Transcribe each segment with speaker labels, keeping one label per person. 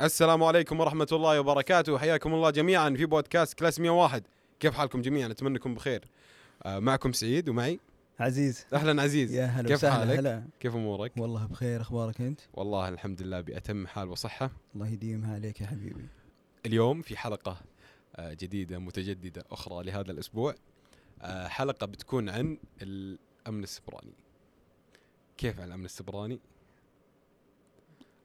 Speaker 1: السلام عليكم ورحمة الله وبركاته حياكم الله جميعا في بودكاست كلاس 101 كيف حالكم جميعا أتمنى أنكم بخير آه معكم سعيد ومعي
Speaker 2: عزيز
Speaker 1: أهلا عزيز
Speaker 2: يا هلا
Speaker 1: كيف
Speaker 2: وسهلا
Speaker 1: حالك؟
Speaker 2: هلا
Speaker 1: كيف أمورك
Speaker 2: والله بخير اخبارك انت؟
Speaker 1: والله الحمد لله بأتم حال وصحة
Speaker 2: الله يديمها عليك يا حبيبي
Speaker 1: اليوم في حلقة آه، جديدة متجددة أخرى لهذا الأسبوع آه، حلقة بتكون عن الأمن السبراني كيف عن الأمن السبراني؟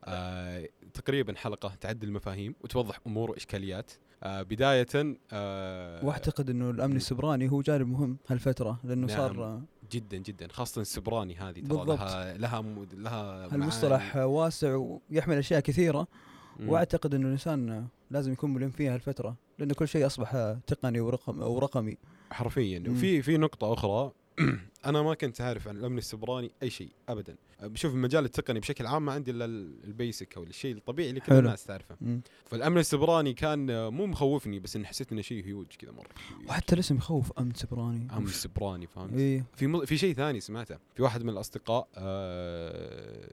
Speaker 1: آه، تقريبا حلقة تعدل المفاهيم وتوضح أمور وإشكاليات آه، بداية آه،
Speaker 2: واعتقد انه الامن السبراني هو جانب مهم هالفتره لانه
Speaker 1: نعم.
Speaker 2: صار
Speaker 1: جدا جدا خاصة السبراني هذه ترى
Speaker 2: بالضبط.
Speaker 1: لها لها م- لها
Speaker 2: هالمصطلح واسع ويحمل اشياء كثيره
Speaker 1: معاني. مم.
Speaker 2: واعتقد انه الانسان لازم يكون ملم فيها هالفتره لانه كل شيء اصبح تقني ورقم ورقمي
Speaker 1: حرفيا
Speaker 2: مم.
Speaker 1: وفي في نقطة أخرى أنا ما كنت أعرف عن الأمن السبراني أي شيء أبدا بشوف المجال التقني بشكل عام ما عندي إلا ال- البيسك أو الشيء الطبيعي اللي كل
Speaker 2: حلو.
Speaker 1: الناس تعرفه
Speaker 2: مم.
Speaker 1: فالأمن السبراني كان آه، مو مخوفني بس إن حسيت إنه شيء هيوج كذا مرة
Speaker 2: وحتى الاسم يخوف امن سبراني إيه،
Speaker 1: أمن السبراني فهمت
Speaker 2: اي
Speaker 1: في مل... في شيء ثاني سمعته في واحد من الأصدقاء آه،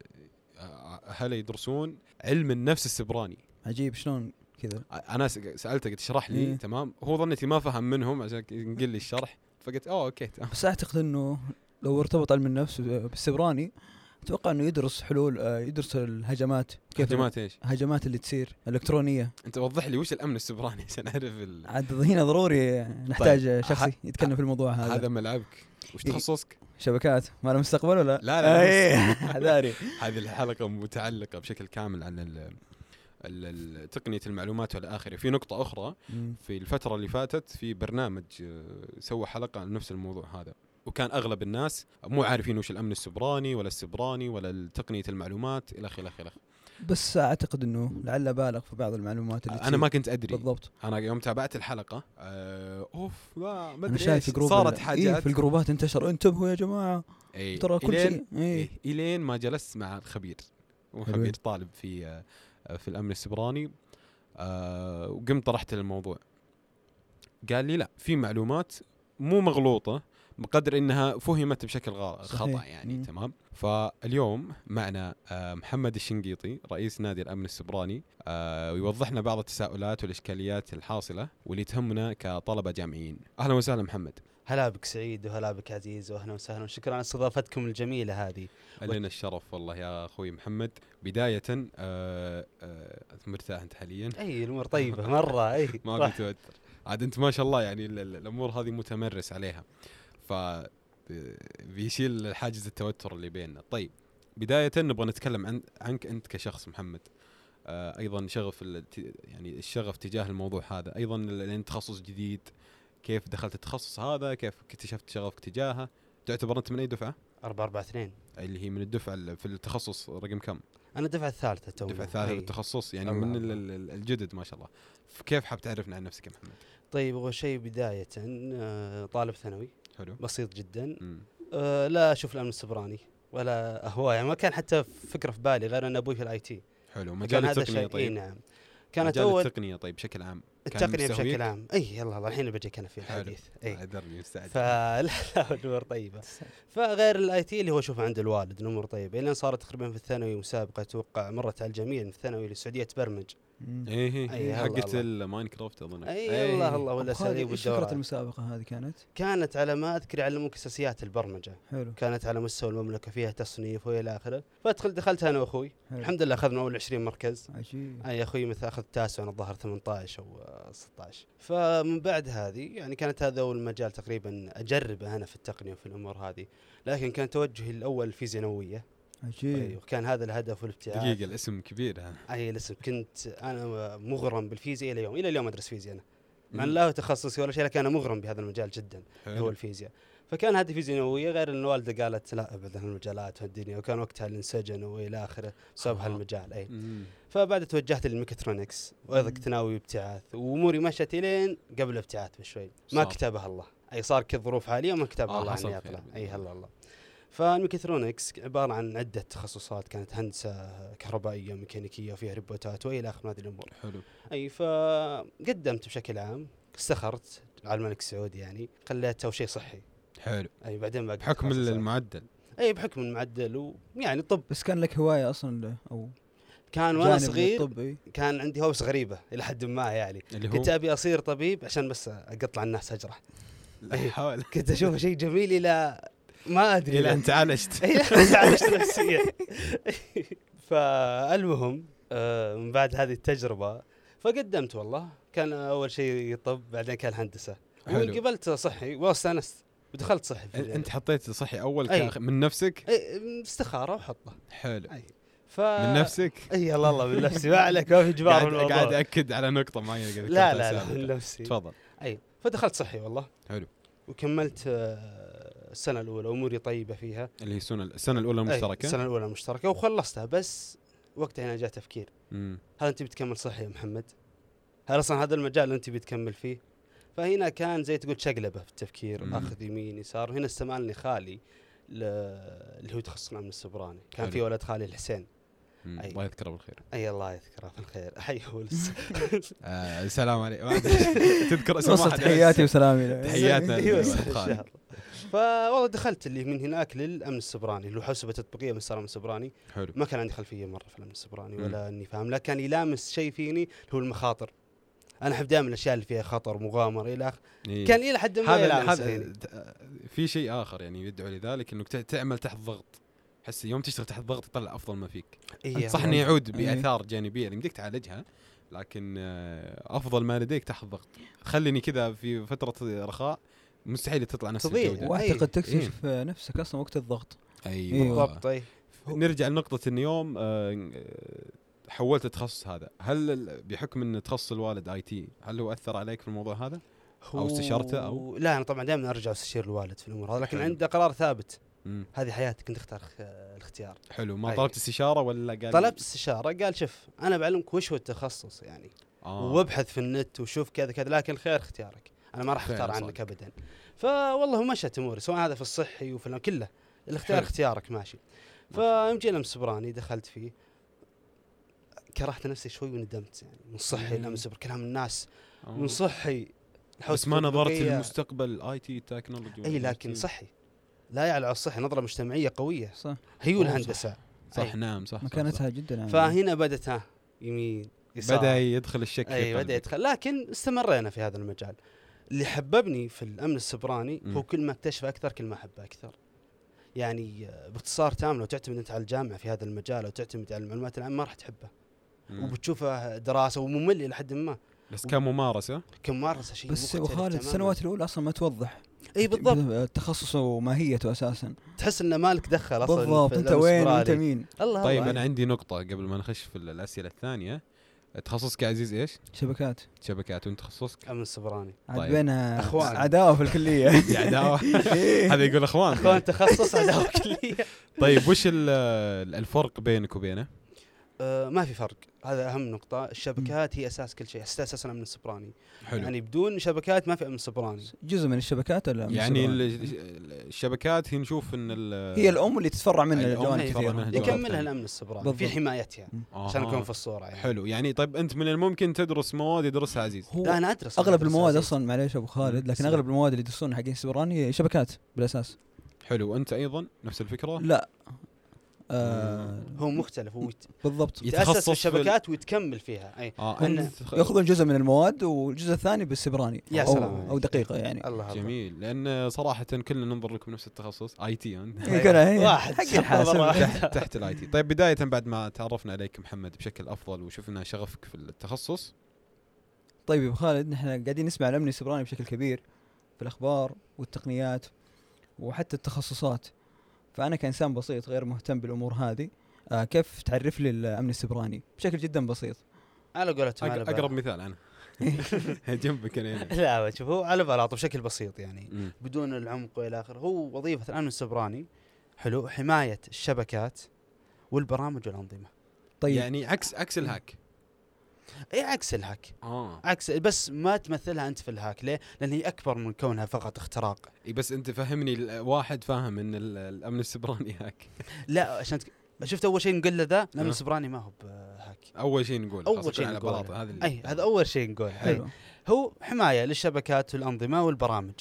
Speaker 1: آه، هلا يدرسون علم النفس السبراني
Speaker 2: عجيب شلون كذا
Speaker 1: انا س- سالته قلت اشرح لي
Speaker 2: إيه.
Speaker 1: تمام هو ظنيتي ما فهم منهم عشان ينقل لي الشرح فقلت اوه اوكي تمام
Speaker 2: بس اعتقد انه لو ارتبط علم النفس بالسبراني اتوقع انه يدرس حلول آه، يدرس الهجمات كيف
Speaker 1: هجمات ايش؟
Speaker 2: هجمات اللي تصير الكترونيه
Speaker 1: انت وضح لي وش الامن السبراني عشان اعرف ال...
Speaker 2: عاد هنا ضروري نحتاج شخص
Speaker 1: ه-
Speaker 2: يتكلم في الموضوع هذا,
Speaker 1: طيب، هذا ملعبك وش
Speaker 2: إيه.
Speaker 1: تخصصك؟
Speaker 2: شبكات ما له مستقبل ولا
Speaker 1: لا، لا،
Speaker 2: ايه حذاري
Speaker 1: هذه الحلقه متعلقه بشكل كامل عن ال... ال- ال- تقنيه المعلومات والى اخره، في نقطه اخرى في الفتره اللي فاتت في برنامج آه، سوى حلقه عن نفس الموضوع هذا وكان اغلب الناس مو عارفين وش الامن السبراني ولا السبراني ولا تقنيه المعلومات الى اخره الى اخره
Speaker 2: بس اعتقد انه لعله بالغ في بعض المعلومات اللي
Speaker 1: انا ما كنت ادري
Speaker 2: ادري بالضبط
Speaker 1: انا يوم تابعت الحلقه آه اوف لا ما
Speaker 2: انا
Speaker 1: ادري
Speaker 2: شايف في
Speaker 1: ايش
Speaker 2: جروب
Speaker 1: صارت
Speaker 2: ال-
Speaker 1: حاجات
Speaker 2: إيه في الجروبات انتشر انتبهوا يا جماعه
Speaker 1: إيه،
Speaker 2: ترى كل
Speaker 1: إلين-
Speaker 2: شيء
Speaker 1: إيه،
Speaker 2: ايه
Speaker 1: الين ما جلست مع الخبير وخبير
Speaker 2: حلوين.
Speaker 1: طالب في آه، آه، في الامن السبراني آه وقمت طرحت له الموضوع قال لي لا في معلومات مو مغلوطه بقدر انها فهمت بشكل غلط
Speaker 2: صحيح.
Speaker 1: خطا يعني
Speaker 2: مم.
Speaker 1: تمام فاليوم معنا آه، محمد الشنقيطي رئيس نادي الامن السبراني آه، ويوضح لنا بعض التساؤلات والاشكاليات الحاصله واللي تهمنا كطلبه جامعيين اهلا وسهلا محمد
Speaker 3: هلا بك سعيد وهلا بك عزيز واهلا وسهلا وشكرا على استضافتكم الجميله هذه
Speaker 1: لنا الشرف والله يا اخوي محمد بدايه آه آه مرتاح انت حاليا
Speaker 3: اي الامور طيبه مره اي
Speaker 1: ما
Speaker 3: راح.
Speaker 1: في توتر عاد انت ما شاء الله يعني ال- ال- الامور هذه متمرس عليها ف آه، بيشيل حاجز التوتر اللي بيننا طيب بدايه نبغى نتكلم عن عنك انت كشخص محمد آه ايضا شغف ال- ت- يعني الشغف تجاه الموضوع هذا ايضا ال- لان تخصص جديد كيف دخلت التخصص هذا كيف اكتشفت شغفك تجاهه تعتبر انت من اي دفعه
Speaker 3: 4 4 2
Speaker 1: اللي هي من الدفعه اللي في التخصص رقم كم
Speaker 3: انا الدفعه الثالثه تو
Speaker 1: دفعة ثالثة التخصص يعني من
Speaker 3: إيه. الله
Speaker 1: ال-
Speaker 3: الله.
Speaker 1: ال- ال- الجدد ما شاء الله ف- كيف حاب تعرفنا عن نفسك يا محمد
Speaker 3: طيب اول شيء بدايه آه، طالب ثانوي
Speaker 1: حلو
Speaker 3: بسيط جدا
Speaker 1: مم.
Speaker 3: آه، لا اشوف الامن السبراني ولا اهواء يعني ما كان حتى فكره في بالي غير ان ابوي في الاي تي
Speaker 1: حلو مجال التقنية
Speaker 3: اي
Speaker 1: طيب
Speaker 3: نعم كانت
Speaker 1: مجال
Speaker 3: اول
Speaker 1: التقنية طيب بشكل عام كان
Speaker 3: التقنيه
Speaker 1: مستهويك؟
Speaker 3: بشكل عام اي يلا الله الحين بجيك انا في
Speaker 1: حلو.
Speaker 3: الحديث اي
Speaker 1: اعذرني مستعد
Speaker 3: فلا لا الامور طيبه فغير الاي تي اللي هو شوف عند الوالد الامور طيبه الين صارت تقريبا في الثانوي مسابقه اتوقع مرت على الجميع من الثانوي للسعوديه تبرمج
Speaker 2: مم.
Speaker 1: ايه إيه،
Speaker 3: أي، هلا
Speaker 1: حقت
Speaker 3: الله.
Speaker 1: الماينكرافت اظن
Speaker 3: اي الله الله
Speaker 2: وهذه-
Speaker 3: والاساليب
Speaker 2: إيش فكره
Speaker 3: والدورات
Speaker 2: المسابقه هذه كانت
Speaker 3: كانت على ما اذكر يعلموك اساسيات البرمجه
Speaker 2: حلو
Speaker 3: كانت على مستوى المملكه فيها تصنيف والى اخره فادخل دخلت انا واخوي
Speaker 2: حلو
Speaker 3: الحمد أيوه. لله اخذنا اول 20 مركز
Speaker 2: عجيب
Speaker 3: اي اخوي مثل اخذ التاسع انا الظاهر 18 او آه، 16 فمن بعد هذه يعني كانت هذا هو المجال تقريبا اجربه انا في التقنيه وفي الامور هذه لكن كان توجهي الاول فيزياء نوويه
Speaker 2: عجيب
Speaker 3: أيوه، كان هذا الهدف والابتعاد
Speaker 1: دقيقة الاسم كبير ها
Speaker 3: اي لسه كنت انا مغرم بالفيزياء الى اليوم الى اليوم ادرس فيزياء انا مع
Speaker 1: مم.
Speaker 3: أن لا هو تخصصي ولا شيء لكن انا مغرم بهذا المجال جدا اللي هو
Speaker 1: حلو
Speaker 3: الفيزياء فكان هذه فيزياء نوويه غير ان والده قالت لا ابعد عن المجالات والدنيا وكان وقتها اللي انسجن والى اخره بسبب
Speaker 1: آه.
Speaker 3: هالمجال اي
Speaker 1: مم.
Speaker 3: فبعد توجهت للميكاترونكس وايضا
Speaker 2: مم.
Speaker 3: كنت ناوي ابتعاث واموري مشت الين قبل الابتعاث بشوي ما
Speaker 1: صار.
Speaker 3: كتبها الله اي صار كذ ظروف حاليه وما كتبها
Speaker 1: آه،
Speaker 3: الله
Speaker 1: حصل
Speaker 3: اني
Speaker 1: خير
Speaker 3: اطلع
Speaker 1: بإذن
Speaker 3: اي
Speaker 1: الله.
Speaker 3: هلا الله فالميكاترونكس عباره عن عده تخصصات كانت هندسه كهربائيه ميكانيكيه وفيها ريبوتات والى اخره من هذه الامور
Speaker 1: حلو
Speaker 3: اي فقدمت بشكل عام استخرت على الملك سعود يعني خليته شيء صحي
Speaker 1: حلو
Speaker 3: اي بعدين باقي
Speaker 1: بحكم
Speaker 3: التخصصات.
Speaker 1: المعدل
Speaker 3: اي بحكم المعدل ويعني طب
Speaker 2: بس كان لك هوايه اصلا ل- او
Speaker 3: كان وانا
Speaker 2: جانب إيه؟
Speaker 3: صغير
Speaker 2: الطبي
Speaker 3: كان عندي هوس غريبه الى حد ما يعني
Speaker 1: اللي هو
Speaker 3: كنت ابي اصير طبيب عشان بس اقطع الناس اجرح إيه.
Speaker 1: لا حول
Speaker 3: كنت اشوفه شيء جميل الى ما ادري
Speaker 1: الى ان تعالجت
Speaker 3: اي لا تعالجت نفسيا فالمهم آه، من بعد هذه التجربه فقدمت والله كان اول شيء طب بعدين كان هندسه
Speaker 1: حلو
Speaker 3: وانقبلت صحي واستانست ودخلت صحي في
Speaker 1: انت حطيت صحي اول
Speaker 3: أي.
Speaker 1: كأخ- من نفسك
Speaker 3: إيه، استخاره وحطه
Speaker 1: حلو
Speaker 3: أي. ف
Speaker 1: من نفسك
Speaker 3: اي يلا الله من نفسي ما عليك ما في اجبار
Speaker 1: قاعد
Speaker 3: آه، من الموضوع
Speaker 1: قاعد اكد على نقطه معينه قد ذكرتها
Speaker 3: لا لا لا
Speaker 1: سابقاً.
Speaker 3: من نفسي
Speaker 1: تفضل
Speaker 3: اي أيوة. فدخلت صحي والله
Speaker 1: حلو.
Speaker 3: وكملت آه، السنه الاولى اموري طيبه فيها
Speaker 1: اللي هي السنه السنه الاولى
Speaker 3: أي،
Speaker 1: المشتركه
Speaker 3: السنه الاولى المشتركه وخلصتها بس وقتها هنا جاء تفكير
Speaker 1: مم.
Speaker 3: هل انت بتكمل صحي يا محمد؟ هل اصلا هذا المجال اللي انت بتكمل فيه؟ فهنا كان زي تقول شقلبه في التفكير
Speaker 1: مم.
Speaker 3: اخذ يمين يسار وهنا استمعني خالي ل- اللي هو تخصص الامن السبراني كان
Speaker 1: حلو.
Speaker 3: في ولد خالي الحسين
Speaker 1: مم.
Speaker 3: أي.
Speaker 1: الله يذكره بالخير
Speaker 3: اي الله يذكره في الخير احيه لسه
Speaker 1: آه، السلام عليكم ما أدري. تذكر اسم
Speaker 2: وصل
Speaker 1: واحد
Speaker 2: تحياتي وسلامي أيوه. له.
Speaker 1: تحياتنا.
Speaker 3: أيوة،
Speaker 1: للولد
Speaker 3: صح، إن
Speaker 1: خالي.
Speaker 3: شاء الله. فوالله دخلت اللي من هناك للامن السبراني اللي هو حوسبه تطبيقيه من الامن السبراني
Speaker 1: حلو
Speaker 3: ما كان عندي خلفيه مره في الامن السبراني
Speaker 1: مم.
Speaker 3: ولا اني فاهم لا كان يلامس شيء فيني اللي هو المخاطر انا احب دائما الاشياء اللي فيها خطر مغامره الى اخره
Speaker 1: إيه.
Speaker 3: كان الى حد ما
Speaker 1: هذا
Speaker 3: يلامس
Speaker 1: هذا
Speaker 3: عيني.
Speaker 1: ت- في شيء اخر يعني يدعو لذلك انك ت- تعمل تحت ضغط حس يوم تشتغل تحت ضغط يطلع افضل ما فيك
Speaker 3: إيه
Speaker 1: صح انه
Speaker 3: والله.
Speaker 1: يعود
Speaker 2: إيه.
Speaker 1: باثار جانبيه يعني يمديك تعالجها لكن آه، افضل ما لديك تحت ضغط خليني كذا في فتره رخاء مستحيل تطلع نفس
Speaker 3: تضيع.
Speaker 1: الجوده
Speaker 2: واعتقد تكتشف نفسك اصلا وقت الضغط
Speaker 1: ايوه
Speaker 2: بالضبط.
Speaker 3: بالضبط إيه. اي
Speaker 1: نرجع لنقطه إن يوم آه، آه، حولت التخصص هذا هل ال- بحكم ان تخصص الوالد اي تي هل هو اثر عليك في الموضوع هذا أو استشارته أو؟
Speaker 3: لا انا طبعا دائما ارجع استشير الوالد في الامور هذه لكن
Speaker 1: حلو.
Speaker 3: عنده قرار ثابت
Speaker 1: مم.
Speaker 3: هذه حياتي كنت اختار خ- الاختيار
Speaker 1: حلو ما
Speaker 3: أي.
Speaker 1: طلبت استشاره ولا قال
Speaker 3: طيب. طلبت استشاره قال شوف انا بعلمك وش هو التخصص يعني
Speaker 1: آه.
Speaker 3: وابحث في النت وشوف كذا كذا لكن الخير اختيارك انا ما راح
Speaker 1: فعلا
Speaker 3: اختار
Speaker 1: صادق.
Speaker 3: عنك ابدا فوالله مشت اموري سواء هذا في الصحي وفي الأم- كله الاختيار
Speaker 1: حلو.
Speaker 3: اختيارك ماشي فيوم جينا من سبراني دخلت فيه كرهت نفسي شوي وندمت يعني من صحي
Speaker 1: مم.
Speaker 3: لما سبر كلام الناس
Speaker 1: آه.
Speaker 3: من صحي
Speaker 1: بس ما نظرت
Speaker 3: التطبيقية-
Speaker 1: للمستقبل الاي تي تكنولوجي
Speaker 3: اي لكن صحي لا يعلى على الصحي نظره مجتمعيه قويه
Speaker 2: صح
Speaker 3: هي
Speaker 1: أوه،
Speaker 3: والهندسه
Speaker 1: صح
Speaker 3: أي.
Speaker 1: نعم صح صح
Speaker 2: مكانتها جدا يعني.
Speaker 3: فهنا بدت ها يمين
Speaker 1: صح.
Speaker 3: يسار
Speaker 1: بدا يدخل الشك في
Speaker 3: اي بدا
Speaker 1: قلبك.
Speaker 3: يدخل لكن استمرينا في هذا المجال اللي حببني في الامن السبراني
Speaker 1: مم.
Speaker 3: هو كل ما اكتشف اكثر كل ما احبه اكثر يعني آه، باختصار تام لو تعتمد انت على الجامعه في هذا المجال او تعتمد على المعلومات العامه ما راح تحبه
Speaker 1: مم.
Speaker 3: وبتشوفه دراسه وممل الى حد ما
Speaker 1: بس كممارسه
Speaker 3: طيب. كممارسه شيء
Speaker 2: بس
Speaker 3: مختلف
Speaker 2: وخالد
Speaker 3: تماماً.
Speaker 2: السنوات الاولى اصلا ما توضح
Speaker 3: اي بالضبط
Speaker 2: تخصصه وماهيته اساسا
Speaker 3: تحس انه مالك دخل اصلا
Speaker 2: بالضبط
Speaker 3: في
Speaker 2: انت
Speaker 3: الأمن
Speaker 2: وين وانت
Speaker 3: السبراني.
Speaker 2: مين
Speaker 3: الله
Speaker 1: طيب
Speaker 3: الله.
Speaker 1: انا عندي نقطه قبل ما نخش في الاسئله الثانيه تخصصك يا عزيز ايش؟
Speaker 2: شبكات
Speaker 1: شبكات وانت تخصصك؟
Speaker 3: امن سبراني
Speaker 2: عاد
Speaker 1: طيب.
Speaker 2: بينها
Speaker 3: أخوان.
Speaker 2: عداوه في الكليه
Speaker 1: يا عداوه
Speaker 2: إيه.
Speaker 1: هذا يقول اخوان
Speaker 3: اخوان تخصص عداوه كليه
Speaker 1: طيب وش ال- الفرق بينك وبينه؟
Speaker 3: آه، ما في فرق هذا اهم نقطه الشبكات هي اساس كل شيء اساس اساسا من السبراني
Speaker 1: حلو
Speaker 3: يعني بدون شبكات ما في امن سبراني
Speaker 2: جزء من الشبكات ولا من
Speaker 1: يعني
Speaker 2: السبراني؟
Speaker 1: ال- الشبكات هي نشوف ان ال-
Speaker 2: هي الام اللي تتفرع منها
Speaker 1: الأم
Speaker 2: جوانب
Speaker 3: اللي
Speaker 1: تتفرع
Speaker 2: كثيره
Speaker 1: منها جوانب.
Speaker 3: يكملها
Speaker 1: ثانية.
Speaker 3: الامن السبراني
Speaker 2: بالضبط.
Speaker 3: في حمايتها
Speaker 1: آه.
Speaker 3: عشان نكون في الصوره يعني
Speaker 1: حلو يعني طيب انت من الممكن تدرس مواد يدرسها عزيز
Speaker 2: هو
Speaker 3: لا انا ادرس أنا
Speaker 2: اغلب
Speaker 3: أدرس
Speaker 2: المواد
Speaker 3: أساسي.
Speaker 2: اصلا معليش ابو خالد لكن
Speaker 3: سلام.
Speaker 2: اغلب المواد اللي يدرسونها حقين السبراني هي شبكات بالاساس
Speaker 1: حلو وانت ايضا نفس الفكره
Speaker 2: لا آه
Speaker 3: هو مختلف هو يت-
Speaker 2: بالضبط
Speaker 1: يتخصص
Speaker 3: يتاسس
Speaker 1: في
Speaker 3: في
Speaker 1: ال-
Speaker 3: الشبكات ويتكمل فيها اي
Speaker 1: اه
Speaker 3: أنا-
Speaker 1: أنت-
Speaker 2: ياخذون جزء من المواد والجزء الثاني بالسبراني
Speaker 3: يا
Speaker 2: او,
Speaker 3: سلام عليك.
Speaker 2: أو دقيقه يعني
Speaker 3: الله الله.
Speaker 1: جميل لان صراحه كلنا ننظر لكم نفس التخصص اي تي انت
Speaker 2: إيه كذا، إيه.
Speaker 3: أيوة. واحد
Speaker 2: حق الحاسب.
Speaker 3: واحد.
Speaker 1: تحت تحت الاي تي طيب بدايه بعد ما تعرفنا عليك محمد بشكل افضل وشفنا شغفك في التخصص
Speaker 2: طيب يا ابو خالد نحن قاعدين نسمع الامن السبراني بشكل كبير في الاخبار والتقنيات وحتى التخصصات فانا كانسان بسيط غير مهتم بالامور هذه آه كيف تعرف لي الامن السبراني بشكل جدا بسيط
Speaker 3: على
Speaker 1: أق-
Speaker 3: قولتهم على بلاط.
Speaker 1: اقرب مثال انا جنبك انا هنا.
Speaker 3: لا شوف هو على بلاطه بشكل بسيط يعني
Speaker 1: مم.
Speaker 3: بدون العمق والى اخره هو وظيفه الامن السبراني حلو حمايه الشبكات والبرامج والانظمه
Speaker 2: طيب يعني
Speaker 1: يعني عكس عكس الهاك
Speaker 3: اي إيه، عكس الهاك
Speaker 1: اه
Speaker 3: عكس بس ما تمثلها انت في الهاك ليه؟ لان هي اكبر من كونها فقط اختراق
Speaker 1: إي بس انت فهمني ال- واحد فاهم ان ال- الامن السبراني هاك
Speaker 3: لا عشان تك... شفت اول شيء نقول له ذا الامن
Speaker 1: أه.
Speaker 3: السبراني ما هو بهاك
Speaker 1: اول شيء نقول
Speaker 3: أول
Speaker 1: خاصة
Speaker 3: شيء
Speaker 1: على
Speaker 3: نقول.
Speaker 1: بلاطه هذا اللي-
Speaker 3: اي هذا اول شيء نقول
Speaker 2: حلو
Speaker 3: هو حمايه للشبكات والانظمه والبرامج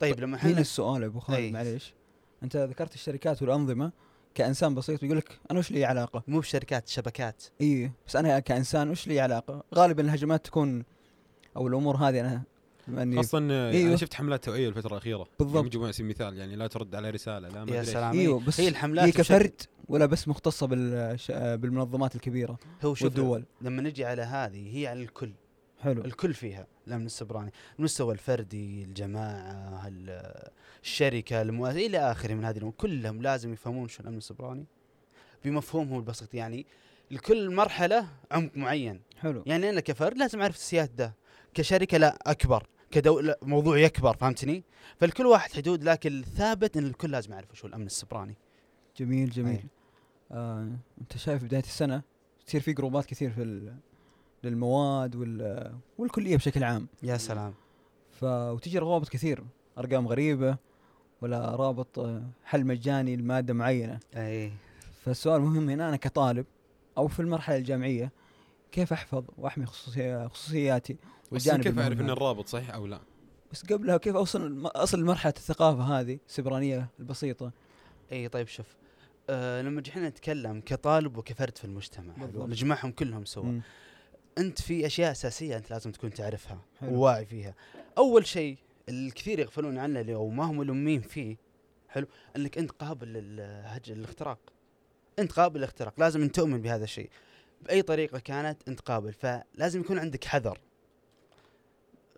Speaker 3: طيب لما
Speaker 2: هنا
Speaker 3: احنا
Speaker 2: السؤال يا ابو خالد
Speaker 3: أي.
Speaker 2: معليش انت ذكرت الشركات والانظمه كانسان بسيط بيقول لك انا وش لي علاقه
Speaker 3: مو بشركات شبكات
Speaker 2: اي بس انا كانسان وش لي علاقه غالبا الهجمات تكون او الامور هذه انا بما اني
Speaker 1: خاصه إيه
Speaker 2: أيوه.
Speaker 1: انا شفت حملات توعيه الفتره الاخيره
Speaker 2: بالضبط.
Speaker 1: يعني بيجيبون على سبيل المثال يعني لا ترد على رساله لا ما
Speaker 3: يا
Speaker 1: أدري إيش.
Speaker 3: سلام
Speaker 2: ايوه بس
Speaker 3: هي
Speaker 2: هي,
Speaker 3: الحملات بشكل-
Speaker 2: كفرد ولا بس مختصه بالش... بالمنظمات الكبيره
Speaker 3: هو شوف
Speaker 2: والدول
Speaker 3: لما نجي على هذه هي على الكل
Speaker 2: حلو
Speaker 3: الكل فيها الامن السبراني المستوى الفردي الجماعه ال- الشركه المؤسسه الى اخره من هذه الامور كلهم لازم يفهمون شو الامن السبراني بمفهومه البسيط يعني لكل مرحله عمق معين
Speaker 2: حلو
Speaker 3: يعني انا كفرد لازم اعرف السياسه ده كشركه لا اكبر كدوله موضوع يكبر فهمتني فالكل واحد حدود لكن الثابت ان الكل لازم يعرف شو الامن السبراني
Speaker 2: جميل جميل
Speaker 3: أي.
Speaker 2: آه، انت شايف بدايه السنه تصير في جروبات كثير في ال- للمواد وال... والكليه بشكل عام
Speaker 3: يا سلام
Speaker 2: ف... وتجي روابط كثير ارقام غريبه ولا رابط آه، حل مجاني لماده معينه
Speaker 3: اي
Speaker 2: فالسؤال مهم هنا انا كطالب او في المرحله الجامعيه كيف احفظ واحمي خصوصي... خصوصياتي
Speaker 1: بس
Speaker 2: والجانب
Speaker 1: كيف اعرف
Speaker 2: المهم
Speaker 1: ان
Speaker 2: هذا؟
Speaker 1: الرابط صحيح او لا
Speaker 2: بس قبلها كيف اوصل الم- اصل لمرحله الثقافه هذه السبرانيه البسيطه
Speaker 3: اي طيب شوف أه لما جينا نتكلم كطالب وكفرد في المجتمع حلو؟
Speaker 2: بالضبط.
Speaker 3: نجمعهم كلهم سوا
Speaker 2: مم.
Speaker 3: انت في اشياء اساسيه انت لازم تكون تعرفها
Speaker 2: حلو.
Speaker 3: وواعي فيها اول شيء الكثير يغفلون عنه اليوم ما هم ملمين فيه حلو انك انت قابل للهج الاختراق انت قابل للاختراق لازم ان تؤمن بهذا الشيء باي طريقه كانت انت قابل فلازم يكون عندك حذر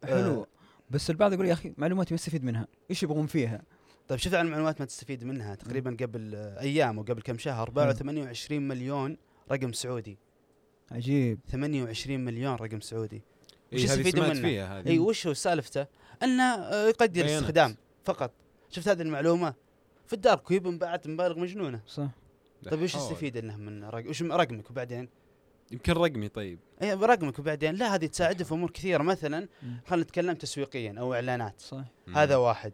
Speaker 2: حلو
Speaker 3: آه.
Speaker 2: بس البعض يقول يا اخي معلوماتي ما استفيد منها ايش يبغون فيها
Speaker 3: طيب شوف عن المعلومات ما تستفيد منها تقريبا قبل آه، ايام وقبل كم شهر باعوا
Speaker 2: مم.
Speaker 3: 28 مليون رقم سعودي
Speaker 2: عجيب
Speaker 3: 28 مليون رقم سعودي
Speaker 1: اي
Speaker 3: وش
Speaker 1: هذه
Speaker 3: يستفيدوا
Speaker 1: سمعت
Speaker 3: منه؟
Speaker 1: فيها هذه
Speaker 3: اي وش هو سالفته؟ انه آه، يقدر
Speaker 1: بيانات.
Speaker 3: الاستخدام فقط شفت هذه المعلومه في الدارك ويب انباعت مبالغ مجنونه
Speaker 2: صح
Speaker 1: لا
Speaker 3: طيب وش
Speaker 1: حول.
Speaker 3: يستفيد انه من رقم وش رقمك وبعدين؟
Speaker 1: يمكن رقمي طيب
Speaker 3: اي رقمك وبعدين لا هذه تساعده في امور كثيره مثلا
Speaker 2: مم.
Speaker 3: خلينا نتكلم تسويقيا او اعلانات
Speaker 2: صح
Speaker 3: هذا
Speaker 1: مم.
Speaker 3: واحد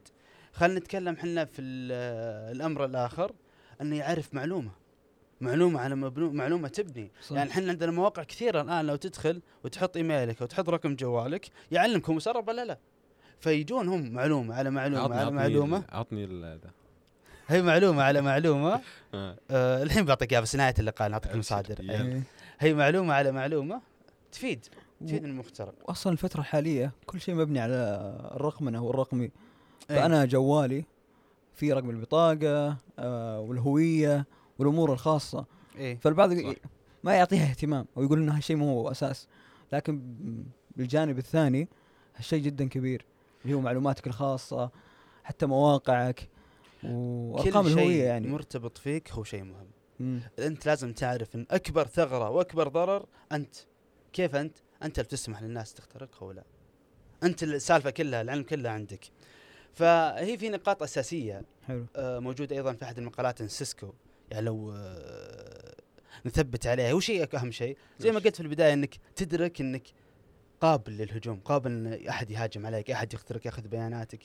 Speaker 3: خلينا نتكلم احنا في ال- آه، الامر الاخر انه يعرف معلومه معلومه على مبنو معلومه تبني
Speaker 1: طيب.
Speaker 2: صح
Speaker 3: يعني احنا عندنا مواقع كثيره الان لو تدخل وتحط ايميلك وتحط رقم جوالك يعلمك هو مسرب ولا لا فيجون هم معلومه على معلومه
Speaker 1: عطني-
Speaker 3: على
Speaker 1: عطني
Speaker 3: معلومه
Speaker 1: ال- عطني ال- ذا
Speaker 3: هي معلومه على معلومه
Speaker 1: آه.
Speaker 3: آه الحين بعطيك اياها بس نهايه اللقاء نعطيك
Speaker 1: أبشر.
Speaker 3: المصادر
Speaker 1: يلا.
Speaker 2: إيه.
Speaker 3: أي. هي معلومه على معلومه تفيد تفيد المخترق
Speaker 2: واصلا الفتره الحاليه كل شيء مبني على الرقمنه والرقمي
Speaker 3: أي.
Speaker 2: فانا جوالي في رقم البطاقه آه والهويه والامور الخاصه
Speaker 3: اي
Speaker 2: فالبعض
Speaker 1: صح.
Speaker 2: ي- ما يعطيها اهتمام او يقول ان هالشيء مو هو اساس لكن بالجانب الثاني هالشيء جدا كبير اللي هو معلوماتك الخاصه حتى مواقعك وارقام
Speaker 3: كل شيء
Speaker 2: الهويه
Speaker 3: يعني.
Speaker 2: يعني
Speaker 3: مرتبط فيك هو شيء مهم
Speaker 2: مم.
Speaker 3: انت لازم تعرف ان اكبر ثغره واكبر ضرر انت كيف انت انت اللي بتسمح للناس تخترقها ولا انت السالفه كلها العلم كله عندك فهي في نقاط اساسيه
Speaker 2: حلو
Speaker 3: آه، موجود ايضا في احد المقالات عن سيسكو يعني لو آه، نثبت عليها وش هي اهم شيء زي ما
Speaker 1: وش؟
Speaker 3: قلت في البدايه انك تدرك انك قابل للهجوم قابل ان احد يهاجم عليك احد يخترق ياخذ بياناتك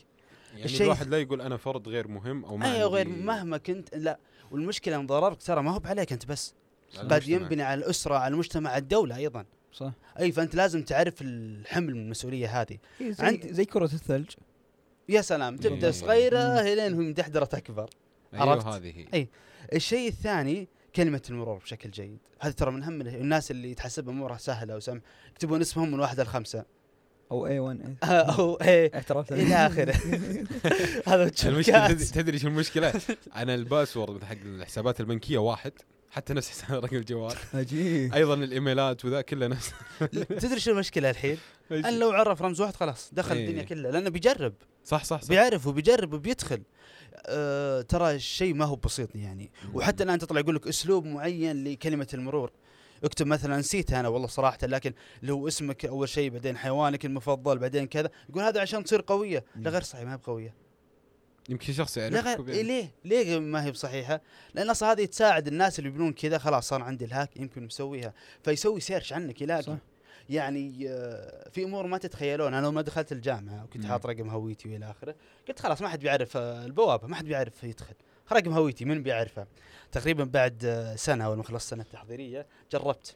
Speaker 1: يعني
Speaker 3: الشيء-
Speaker 1: الواحد لا يقول انا فرد غير مهم او ما
Speaker 3: اي غير
Speaker 1: عندي-
Speaker 3: مهما كنت لا والمشكله ان ضررك ترى ما هو بعليك انت بس
Speaker 1: على
Speaker 3: قد
Speaker 1: المجتمع.
Speaker 3: ينبني على الاسره على المجتمع على الدوله ايضا
Speaker 2: صح
Speaker 3: اي فانت لازم تعرف الحمل من المسؤوليه هذه
Speaker 2: إيه، زي,
Speaker 3: عند-
Speaker 2: زي كره الثلج
Speaker 3: يا سلام تبدا
Speaker 1: إيه.
Speaker 3: صغيره الين هو مدحدره تكبر عرفت؟
Speaker 1: ايوه هذه هي
Speaker 3: أي. الشيء الثاني كلمة المرور بشكل جيد، هذا ترى من هم الناس اللي تحسبها امورها سهلة وسم يكتبون اسمهم من واحد لخمسة
Speaker 2: او اي 1
Speaker 3: او ايه
Speaker 2: اعترفت
Speaker 3: الى اخره هذا
Speaker 1: المشكله تدري-
Speaker 3: الشركات
Speaker 1: تدري شو المشكله؟ انا الباسورد حق الحسابات البنكيه واحد حتى نفس حساب رقم الجوال
Speaker 2: عجيب
Speaker 1: ايضا الايميلات وذا كله نفس
Speaker 3: تدري شو المشكلة الحين؟ أن لو عرف رمز واحد خلاص دخل
Speaker 1: إيه.
Speaker 3: الدنيا كلها لانه بيجرب
Speaker 1: صح صح صح
Speaker 3: بيعرف وبيجرب وبيدخل أه ترى الشيء ما هو بسيط يعني وحتى الان تطلع يقول لك اسلوب معين لكلمه المرور اكتب مثلا نسيتها انا والله صراحه لكن لو اسمك اول شيء بعدين حيوانك المفضل بعدين كذا يقول هذا عشان تصير قويه
Speaker 2: مم.
Speaker 3: لا غير صحيح ما هي بقويه
Speaker 1: يمكن شخص يعرف
Speaker 3: لا غير إيه ليه ليه ما هي بصحيحه لان اصلا هذه تساعد الناس اللي يبنون كذا خلاص صار عندي الهاك يمكن مسويها فيسوي سيرش عنك يلاقي
Speaker 2: صح.
Speaker 3: صح. يعني آه، في امور ما تتخيلون انا لما دخلت الجامعه وكنت
Speaker 1: مم.
Speaker 3: حاط رقم هويتي والى اخره قلت خلاص ما حد بيعرف آه، البوابه ما حد بيعرف يدخل رقم هويتي من بيعرفه تقريبا بعد آه، سنه اول ما خلصت السنه التحضيريه جربت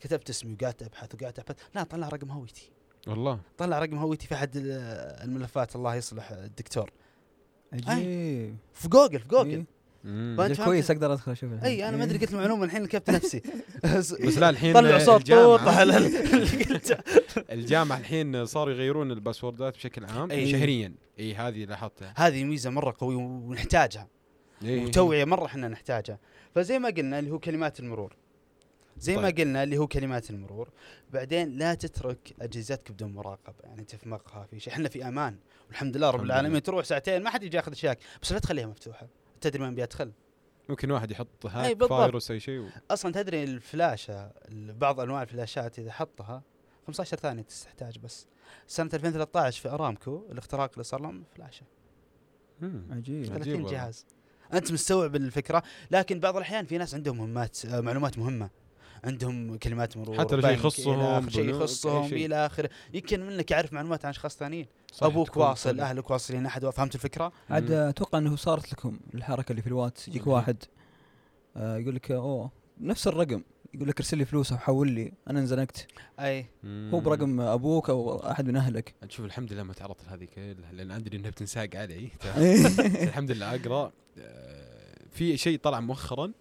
Speaker 3: كتبت اسمي وقعدت ابحث وقعدت ابحث لا طلع رقم هويتي
Speaker 1: والله
Speaker 3: طلع رقم هويتي في آه، احد ال- الملفات الله يصلح الدكتور
Speaker 2: عجيب
Speaker 3: في جوجل في جوجل
Speaker 2: إيه.
Speaker 1: مم.
Speaker 3: بنش-
Speaker 2: إذا كويس اقدر ادخل اشوف الحين.
Speaker 3: اي انا ما ادري قلت معلومه الحين ركبت نفسي
Speaker 1: بس لا الحين
Speaker 3: طلع صوت طوط
Speaker 1: الجامعة,
Speaker 3: على اللي قلته
Speaker 1: الجامعة الحين صاروا يغيرون الباسوردات بشكل عام
Speaker 3: أي.
Speaker 1: شهريا اي هذه لاحظتها
Speaker 3: هذه ميزه مره قويه ونحتاجها إيه.
Speaker 1: إي.
Speaker 3: وتوعيه مره احنا نحتاجها فزي ما قلنا اللي هو كلمات المرور زي ما
Speaker 1: طيب.
Speaker 3: قلنا اللي هو كلمات المرور بعدين لا تترك اجهزتك بدون مراقبه يعني تفمقها في شيء احنا في امان والحمد لله رب
Speaker 1: الحمد
Speaker 3: العالمين تروح ساعتين ما حد يجي ياخذ اشياءك بس لا تخليها مفتوحه تدري من بيدخل
Speaker 1: ممكن واحد يحط هاك
Speaker 3: إيه، بالضبط.
Speaker 1: فايروس اي شيء و...
Speaker 3: اصلا تدري الفلاشه بعض انواع الفلاشات اذا حطها 15 ثانيه تستحتاج بس سنه 2013 في ارامكو الاختراق اللي صار لهم فلاشه
Speaker 1: مم.
Speaker 2: عجيب
Speaker 3: 30
Speaker 1: والله.
Speaker 3: جهاز انت مستوعب الفكره لكن بعض الاحيان في ناس عندهم مهمات آه، معلومات مهمه عندهم كلمات مرور
Speaker 1: حتى لو شيء
Speaker 3: بنك، إلى
Speaker 1: يخصهم،
Speaker 3: آخر شيء
Speaker 1: بنوك، أي
Speaker 3: يخصهم
Speaker 1: شيء.
Speaker 3: الى اخره يمكن منك عارف معلومات عن اشخاص ثانيين
Speaker 1: صح،
Speaker 3: ابوك
Speaker 1: تكون
Speaker 3: واصل أه.
Speaker 1: صدق.
Speaker 3: اهلك واصلين احد فهمت الفكره
Speaker 2: عاد
Speaker 1: مم.
Speaker 2: اتوقع انه صارت لكم الحركه اللي في الواتس يجيك واحد آه يقول لك اوه نفس الرقم يقول لك ارسل لي فلوس او حول لي انا انزنقت
Speaker 3: اي
Speaker 1: مم.
Speaker 2: هو برقم ابوك او احد من اهلك
Speaker 1: عاد شوف الحمد لله ما تعرضت لهذه كلها لان ادري انها بتنساق علي تعرف. الحمد لله اقرا آه، في شيء طلع مؤخرا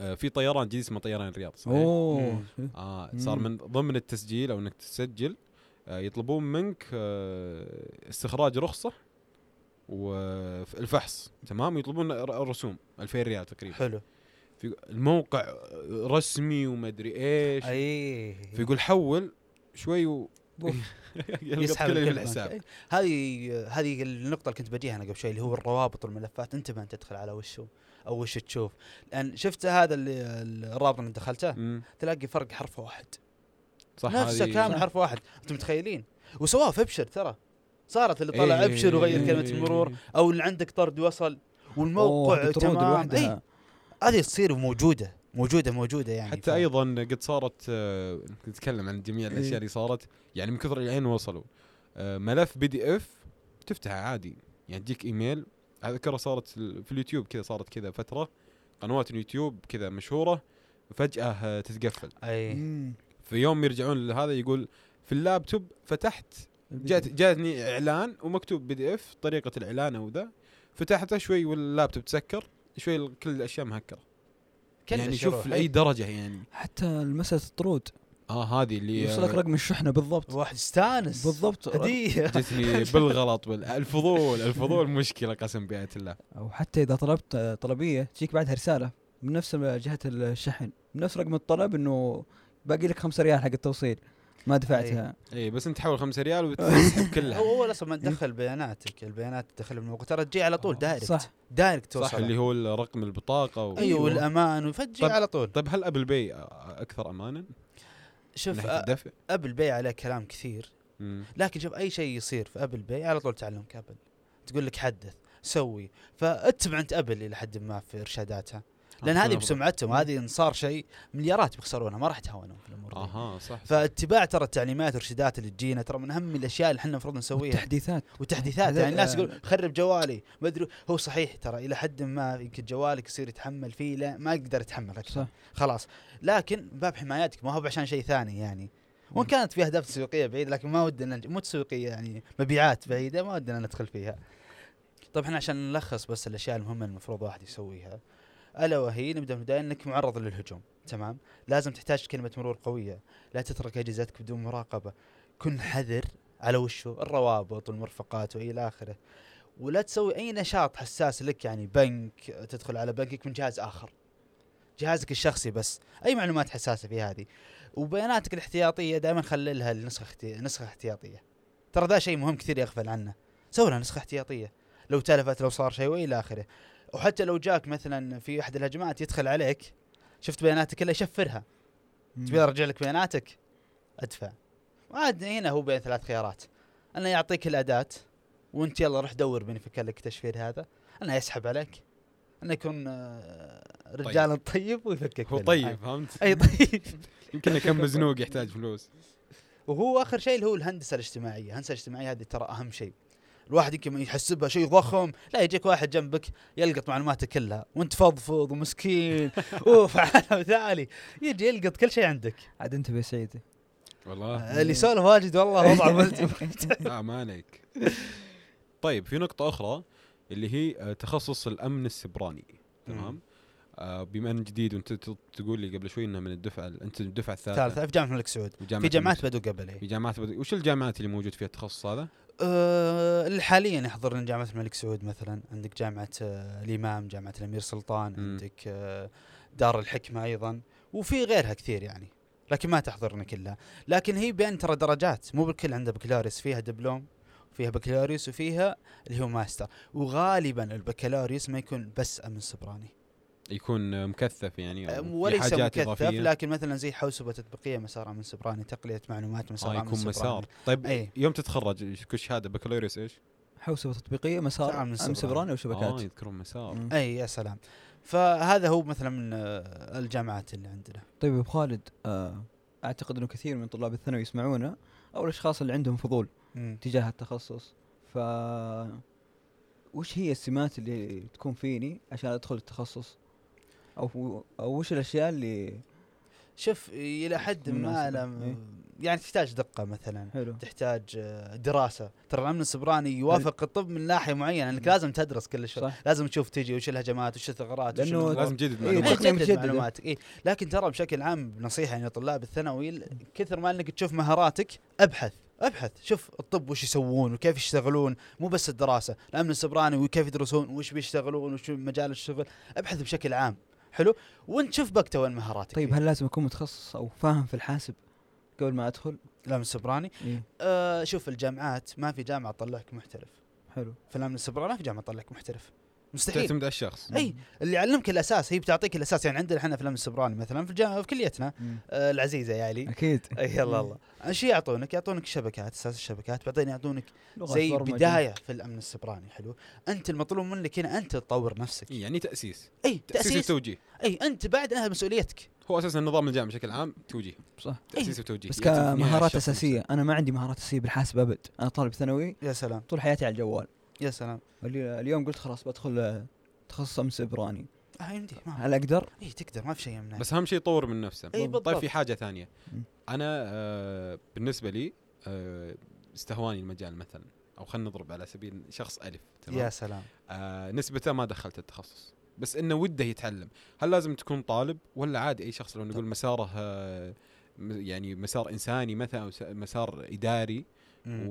Speaker 1: آه، في طيران جديد اسمه طيران الرياض صحيح؟
Speaker 2: اوه
Speaker 1: اه صار
Speaker 2: مم.
Speaker 1: من ضمن التسجيل او انك تسجل آه، يطلبون منك آه، استخراج رخصه والفحص تمام يطلبون ر- رسوم 2000 ريال تقريبا
Speaker 3: حلو
Speaker 1: في الموقع آه، رسمي وما ادري ايش
Speaker 3: اي
Speaker 1: فيقول حول شوي و...
Speaker 2: بوف.
Speaker 1: يلقط يعني كل اللي في الحساب
Speaker 3: إيه. هذه هذه النقطة اللي كنت بجيها أنا قبل شوي اللي هو الروابط والملفات انتبه أن تدخل على وشو أو وش تشوف لأن شفت هذا اللي الرابط اللي دخلته
Speaker 1: مم.
Speaker 3: تلاقي فرق حرف واحد
Speaker 1: صح
Speaker 3: نفسه
Speaker 1: هذه-
Speaker 3: كامل
Speaker 2: صح.
Speaker 3: حرف واحد أنتم متخيلين وسواها في ابشر ترى صارت اللي
Speaker 1: إيه،
Speaker 3: طلع ابشر وغير
Speaker 2: إيه،
Speaker 3: كلمة
Speaker 1: إيه،
Speaker 3: المرور
Speaker 1: إيه.
Speaker 3: أو اللي عندك طرد وصل
Speaker 2: أوه،
Speaker 3: والموقع
Speaker 2: حق الطرود
Speaker 3: تمام أي
Speaker 2: لوحدها.
Speaker 3: هذه تصير موجودة موجودة موجودة يعني
Speaker 1: حتى ايضا قد صارت آه، نتكلم عن جميع
Speaker 2: إيه.
Speaker 1: الاشياء اللي صارت يعني من كثر العين وصلوا آه، ملف بي دي اف تفتحه عادي يعني تجيك ايميل اذكرها صارت ال- في اليوتيوب كذا صارت كذا فتره قنوات اليوتيوب كذا مشهوره فجاه آه، تتقفل
Speaker 3: أي
Speaker 2: مم.
Speaker 1: في يوم يرجعون لهذا يقول في اللابتوب فتحت جات جاتني اعلان ومكتوب بي دي اف طريقه الاعلان او ذا فتحته شوي واللابتوب تسكر شوي ال- كل الاشياء مهكره يعني شوف لاي درجه يعني
Speaker 2: حتى مسألة الطرود
Speaker 1: اه هذه اللي
Speaker 2: يوصلك رقم الشحنة بالضبط
Speaker 3: واحد استانس
Speaker 2: بالضبط
Speaker 3: هدية
Speaker 1: جتني بالغلط بال- الفضول الفضول مشكله قسم بآية الله
Speaker 2: او حتى اذا طلبت آه، طلبيه تجيك بعدها رساله من نفس جهه الشحن من نفس رقم الطلب انه باقي لك 5 ريال حق التوصيل ما دفعتها
Speaker 1: اي بس انت تحول 5 ريال وتسحب كلها
Speaker 3: هو اول
Speaker 1: إيه؟
Speaker 3: اصلا ما تدخل بياناتك البيانات تدخل بالموقع ترى تجي على طول دايركت
Speaker 2: آه. صح
Speaker 3: دايركت توصل
Speaker 1: آه، صح اللي هو رقم البطاقه و...
Speaker 3: ايوه
Speaker 2: أيوة.
Speaker 3: والامان وفجي
Speaker 1: طب-
Speaker 3: على طول
Speaker 1: طيب هل ابل باي اكثر امانا من
Speaker 3: شوف آه،
Speaker 1: ناحيه
Speaker 3: أ-
Speaker 1: الدفع؟
Speaker 3: ابل باي عليه كلام كثير
Speaker 1: مم.
Speaker 3: لكن شوف اي شيء يصير في ابل باي على طول تعلمك ابل تقول لك حدث سوي فاتبع انت ابل الى حد ما في ارشاداتها لان
Speaker 1: آه،
Speaker 3: هذه
Speaker 1: أفضل.
Speaker 3: بسمعتهم هذه ان صار شيء مليارات بيخسرونها ما راح يتهاونون في الامور دي.
Speaker 1: اها صح
Speaker 3: فاتباع ترى التعليمات والارشادات اللي تجينا ترى من اهم الاشياء اللي احنا المفروض نسويها
Speaker 2: تحديثات
Speaker 3: وتحديثات
Speaker 2: هذا-
Speaker 3: يعني الناس
Speaker 2: آه.
Speaker 3: يقول خرب جوالي ما ادري هو صحيح ترى الى حد ما يمكن جوالك يصير يتحمل فيه لا ما يقدر يتحمل أكثر.
Speaker 2: صح
Speaker 3: خلاص لكن باب حمايتك ما هو عشان شيء ثاني يعني وان كانت في اهداف تسويقيه بعيده لكن ما ودنا مو تسويقيه يعني مبيعات بعيده ما ودنا ندخل فيها. طيب احنا عشان نلخص بس الاشياء المهمه المفروض واحد يسويها الا وهي نبدا من البدايه انك معرض للهجوم تمام؟ لازم تحتاج كلمه مرور قويه، لا تترك اجهزتك بدون مراقبه، كن حذر على وشو الروابط والمرفقات والى اخره. ولا تسوي اي نشاط حساس لك يعني بنك تدخل على بنكك من جهاز اخر. جهازك الشخصي بس اي معلومات حساسه في هذه وبياناتك الاحتياطيه دائما خللها لنسخه احتي... نسخه احتياطيه ترى ذا شيء مهم كثير يغفل عنه سوي لها نسخه احتياطيه لو تلفت لو صار شيء والى اخره وحتى لو جاك مثلا في احد الهجمات يدخل عليك شفت بياناتك كلها شفرها تبي ارجع لك بياناتك ادفع وعاد هنا هو بين ثلاث خيارات انه يعطيك الاداه وانت يلا روح دور من يفكر لك تشفير هذا انه يسحب عليك انه يكون آه، رجال طيب ويفكك
Speaker 1: هو
Speaker 3: منه.
Speaker 1: طيب فهمت؟
Speaker 3: اي طيب
Speaker 1: يمكن كم مزنوق يحتاج فلوس
Speaker 3: وهو اخر شيء اللي هو الهندسه الاجتماعيه، الهندسه الاجتماعيه هذه ترى اهم شيء. الواحد يمكن يحسبها شيء ضخم، لا يجيك واحد جنبك يلقط معلوماتك كلها وانت فضفض ومسكين اوف انا مثالي يجي يلقط كل شيء عندك.
Speaker 2: عاد انتبه يا سعيد
Speaker 1: والله
Speaker 3: اللي يسولف واجد والله وضعه ملتوي.
Speaker 1: لا ما عليك طيب في نقطة أخرى اللي هي آه، تخصص الامن السبراني تمام آه، بما ان جديد وانت ت- تقول لي قبل شوي انها من الدفعه ال- انت من الدفعه الثالثه
Speaker 3: ثالثة في جامعه الملك سعود
Speaker 1: وجامعة
Speaker 3: في جامعات
Speaker 1: الملك-
Speaker 3: بدوا قبل إيه.
Speaker 1: في جامعات بدو- وش الجامعات اللي موجود فيها التخصص هذا؟
Speaker 3: أه اللي حاليا يحضرنا جامعه الملك سعود مثلا عندك جامعه آه، الامام جامعه الامير سلطان
Speaker 1: مم.
Speaker 3: عندك آه، دار الحكمه ايضا وفي غيرها كثير يعني لكن ما تحضرنا كلها لكن هي بين ترى درجات مو بالكل عندها بكالوريوس فيها دبلوم فيها بكالوريوس وفيها اللي هو ماستر وغالبا البكالوريوس ما يكون بس امن سبراني
Speaker 1: يكون آه، مكثف يعني
Speaker 3: أم،
Speaker 1: أو في
Speaker 3: وليس
Speaker 1: حاجات
Speaker 3: مكثف
Speaker 1: اضافيه
Speaker 3: لكن مثلا زي حوسبه تطبيقيه مسار امن سبراني تقنيه معلومات مسار
Speaker 1: آه
Speaker 3: امن
Speaker 1: يكون
Speaker 3: سبراني إيه.
Speaker 1: مسار طيب
Speaker 3: أي.
Speaker 1: يوم تتخرج إيش- كل شهاده بكالوريوس ايش؟
Speaker 2: حوسبه تطبيقيه مسار
Speaker 3: تعال من آه، طيب،
Speaker 2: امن
Speaker 3: سبراني.
Speaker 2: سبراني
Speaker 1: اه
Speaker 2: وشبكات
Speaker 1: يذكرون مسار
Speaker 2: مم.
Speaker 3: اي يا سلام فهذا هو مثلا من آه، الجامعات اللي عندنا
Speaker 2: طيب يا ابو خالد آه اعتقد انه كثير من طلاب الثانوي يسمعونا او الاشخاص اللي عندهم فضول تجاه التخصص ف وش هي السمات اللي تكون فيني عشان ادخل التخصص او او وش الاشياء اللي
Speaker 3: شوف الى حد ما
Speaker 2: مناسبة.
Speaker 3: لم
Speaker 2: إيه.
Speaker 3: يعني تحتاج دقه مثلا
Speaker 2: حلو
Speaker 3: تحتاج آه، دراسه ترى الامن السبراني يوافق الطب من ناحيه معينه انك لازم تدرس كل شيء
Speaker 2: صح
Speaker 3: لازم تشوف تجي وش الهجمات وش الثغرات وش
Speaker 2: لأنه
Speaker 3: الأمور.
Speaker 1: لازم تجدد
Speaker 2: إيه،
Speaker 3: إيه،
Speaker 1: معلومات
Speaker 2: تقنية
Speaker 3: تجدد
Speaker 2: متجددة.
Speaker 3: معلوماتك إيه لكن ترى بشكل عام نصيحه يعني طلاب الثانوي ال- كثر ما انك تشوف مهاراتك ابحث ابحث شوف الطب وش يسوون وكيف يشتغلون مو بس الدراسه الامن السبراني وكيف يدرسون وش بيشتغلون وش مجال الشغل ابحث بشكل عام حلو وانت شوف بقته وين مهاراتك
Speaker 2: طيب
Speaker 3: فيه.
Speaker 2: هل لازم اكون متخصص او فاهم في الحاسب قبل ما ادخل؟
Speaker 3: الامن السبراني
Speaker 2: إيه.
Speaker 3: آه شوف الجامعات ما في جامعه تطلعك محترف
Speaker 2: حلو
Speaker 3: في الامن السبراني ما في جامعه تطلعك محترف مستحيل
Speaker 1: تعتمد على الشخص
Speaker 3: اي اللي يعلمك الاساس هي بتعطيك الاساس يعني عندنا احنا في الامن السبراني مثلا في الجامعه في كليتنا
Speaker 2: مم.
Speaker 3: آه العزيزه يا علي
Speaker 2: اكيد
Speaker 3: اي إيه، يلا الله ايش يعطونك؟ يعطونك شبكات اساس الشبكات بعدين يعطونك زي
Speaker 2: برمجة.
Speaker 3: بدايه في الامن السبراني حلو انت المطلوب منك هنا انت تطور نفسك إيه،
Speaker 1: إيه، يعني تاسيس
Speaker 3: اي
Speaker 1: تاسيس
Speaker 3: تاسيس
Speaker 1: وتوجيه
Speaker 3: اي انت بعدها مسؤوليتك
Speaker 1: هو اساسا النظام الجامعي بشكل عام توجيه
Speaker 2: صح
Speaker 1: تاسيس وتوجيه
Speaker 2: إيه، بس
Speaker 1: يعتمد على
Speaker 2: كمهارات
Speaker 1: الشخص
Speaker 2: اساسيه
Speaker 1: نفسه.
Speaker 2: انا ما عندي مهارات اساسيه بالحاسب ابد انا طالب ثانوي
Speaker 3: يا سلام
Speaker 2: طول حياتي على الجوال
Speaker 3: يا سلام
Speaker 2: اللي- اليوم قلت خلاص بدخل آه، تخصص امن سبراني
Speaker 3: اه يمديك ما
Speaker 2: هل اقدر؟
Speaker 3: اي تقدر ما في شيء يمنعك
Speaker 1: بس اهم شيء يطور من نفسه
Speaker 3: اي
Speaker 1: طيب
Speaker 3: إيه، بالضبط
Speaker 1: في حاجه ثانيه
Speaker 2: يعني. مم.
Speaker 1: انا آه بالنسبه لي آه استهواني المجال مثلا او خلينا نضرب على سبيل شخص الف
Speaker 3: يا
Speaker 1: تمام
Speaker 3: سلام
Speaker 1: آه نسبته ما دخلت التخصص بس انه وده يتعلم هل لازم تكون طالب ولا عادي اي شخص لو نقول مساره آه م- يعني مسار انساني مثلا او س- مسار اداري
Speaker 3: مم.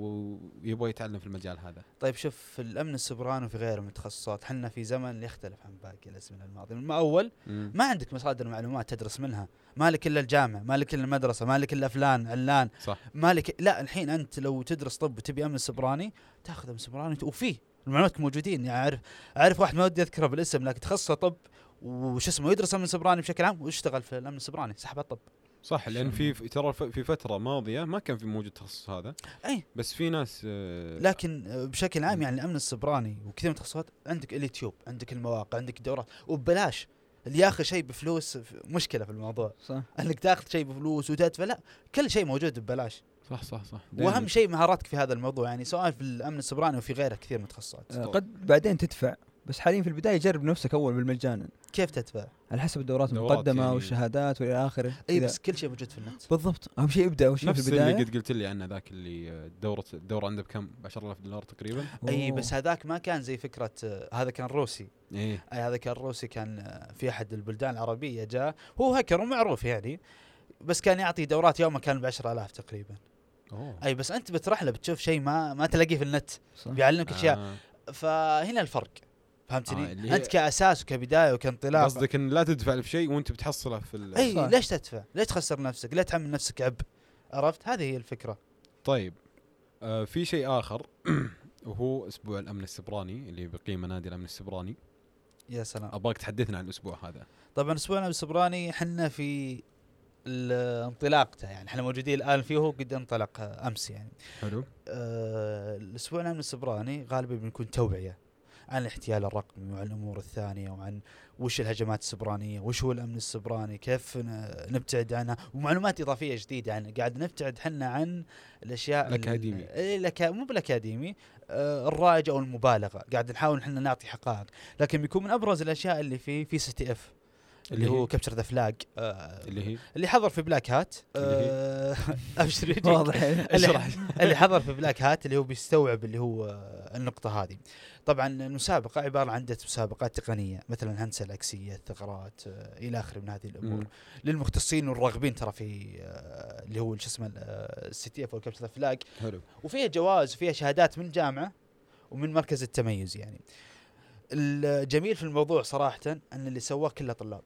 Speaker 1: ويبغى يتعلم في المجال هذا
Speaker 3: طيب شوف في الامن السبراني وفي غيره من التخصصات حنا في زمن يختلف عن باقي الازمنه الماضيه ما اول
Speaker 1: مم.
Speaker 3: ما عندك مصادر معلومات تدرس منها مالك الا الجامعه مالك الا المدرسه مالك الا فلان علان
Speaker 1: صح
Speaker 3: مالك لا الحين انت لو تدرس طب وتبي امن سبراني تاخذ امن سبراني وفيه المعلومات موجودين يعني اعرف اعرف واحد ما ودي اذكره بالاسم لكن تخصصه طب وش اسمه يدرس امن سبراني بشكل عام واشتغل في الامن السبراني سحب على الطب
Speaker 1: صح لان في في- ترى ف- في فتره ماضيه ما كان في موجود التخصص هذا
Speaker 3: أي.
Speaker 1: بس في ناس آه،
Speaker 3: لكن آه، بشكل عام يعني الامن السبراني وكثير من التخصصات عندك اليوتيوب عندك المواقع عندك الدورات وببلاش اللي ياخذ شيء بفلوس ف- مشكله في الموضوع
Speaker 2: صح
Speaker 3: انك تاخذ شيء بفلوس وتدفع لا كل شيء موجود ببلاش
Speaker 1: صح صح صح
Speaker 3: واهم شيء مهاراتك في هذا الموضوع يعني سواء في الامن السبراني وفي غيره كثير من التخصصات
Speaker 2: آه، قد بعدين تدفع بس حاليا في البدايه جرب نفسك اول بالمجانا
Speaker 3: كيف تدفع؟
Speaker 2: على حسب الدورات
Speaker 1: دورات
Speaker 2: المقدمه
Speaker 1: يعني.
Speaker 2: والشهادات والى اخره
Speaker 3: اي
Speaker 2: إذا-
Speaker 3: إيه، بس كل شيء موجود في النت
Speaker 2: بالضبط اهم شيء ابدا اول شيء في
Speaker 1: نفس اللي
Speaker 2: البدايه
Speaker 1: قد قلت لي عنه ذاك اللي آه، دورة الدورة عنده بكم؟ ب 10000 دولار تقريبا
Speaker 3: اي
Speaker 2: أوه.
Speaker 3: إيه، بس هذاك ما كان زي فكره آه، هذا كان روسي
Speaker 1: ايه
Speaker 3: اي هذا كان روسي كان آه، في احد البلدان العربيه جاء هو هكر ومعروف يعني بس كان يعطي دورات يومه كان ب 10000 تقريبا
Speaker 1: اوه
Speaker 3: اي بس انت بتروح له بتشوف شيء ما ما تلاقيه في النت
Speaker 2: صح.
Speaker 3: بيعلمك اشياء
Speaker 1: آه،
Speaker 3: فهنا الفرق
Speaker 1: آه،
Speaker 3: فهمتني
Speaker 1: اللي هي-
Speaker 3: انت كاساس وكبدايه وكانطلاق
Speaker 1: قصدك ان لا تدفع في شيء وانت بتحصله في ال-
Speaker 3: اي
Speaker 2: صح.
Speaker 3: ليش تدفع ليش تخسر نفسك ليه تحمل نفسك عبء عرفت هذه هي الفكره
Speaker 1: طيب آه في شيء اخر وهو اسبوع الامن السبراني اللي بقيمه نادي الامن السبراني
Speaker 3: يا سلام
Speaker 1: ابغاك تحدثنا عن الاسبوع هذا
Speaker 3: طبعا اسبوعنا بالسبراني احنا في ال- انطلاقته يعني احنا موجودين الان فيه هو قد انطلق آه، امس يعني
Speaker 1: حلو
Speaker 3: آه، الاسبوع الامن السبراني غالبا بنكون توعيه عن الاحتيال الرقمي وعن الامور الثانيه وعن وش الهجمات السبرانيه وش هو الامن السبراني كيف ن- نبتعد عنها ومعلومات اضافيه جديده عن قاعد نبتعد حنا عن الاشياء ال-
Speaker 1: الأكاديمي.
Speaker 3: إيه، الأكا- مو بالاكاديمي آه، الرائج او المبالغه قاعد نحاول احنا نعطي حقائق لكن بيكون من ابرز الاشياء اللي فيه في سي تي اف اللي
Speaker 1: اللي
Speaker 3: هو
Speaker 1: هي؟
Speaker 3: كابتشر ذا فلاج آه، اللي
Speaker 1: اللي هي
Speaker 3: حضر في بلاك هات
Speaker 1: اللي هي؟
Speaker 3: آه، ابشر يجيك.
Speaker 2: واضح
Speaker 3: اللي-
Speaker 1: اشرح
Speaker 3: اللي حضر في بلاك هات اللي هو بيستوعب اللي هو آه، النقطة هذه. طبعا المسابقة عبارة عن عدة مسابقات تقنية مثلا هندسة العكسية، الثغرات آه، إلى آخره من هذه الأمور.
Speaker 1: مم.
Speaker 3: للمختصين والراغبين ترى في آه، اللي هو شو اسمه آه، السي تي اف والكابتشر ذا فلاج
Speaker 1: حلو
Speaker 3: وفيها جوائز وفيها شهادات من جامعة ومن مركز التميز يعني. الجميل في الموضوع صراحة أن اللي سواه كله طلاب.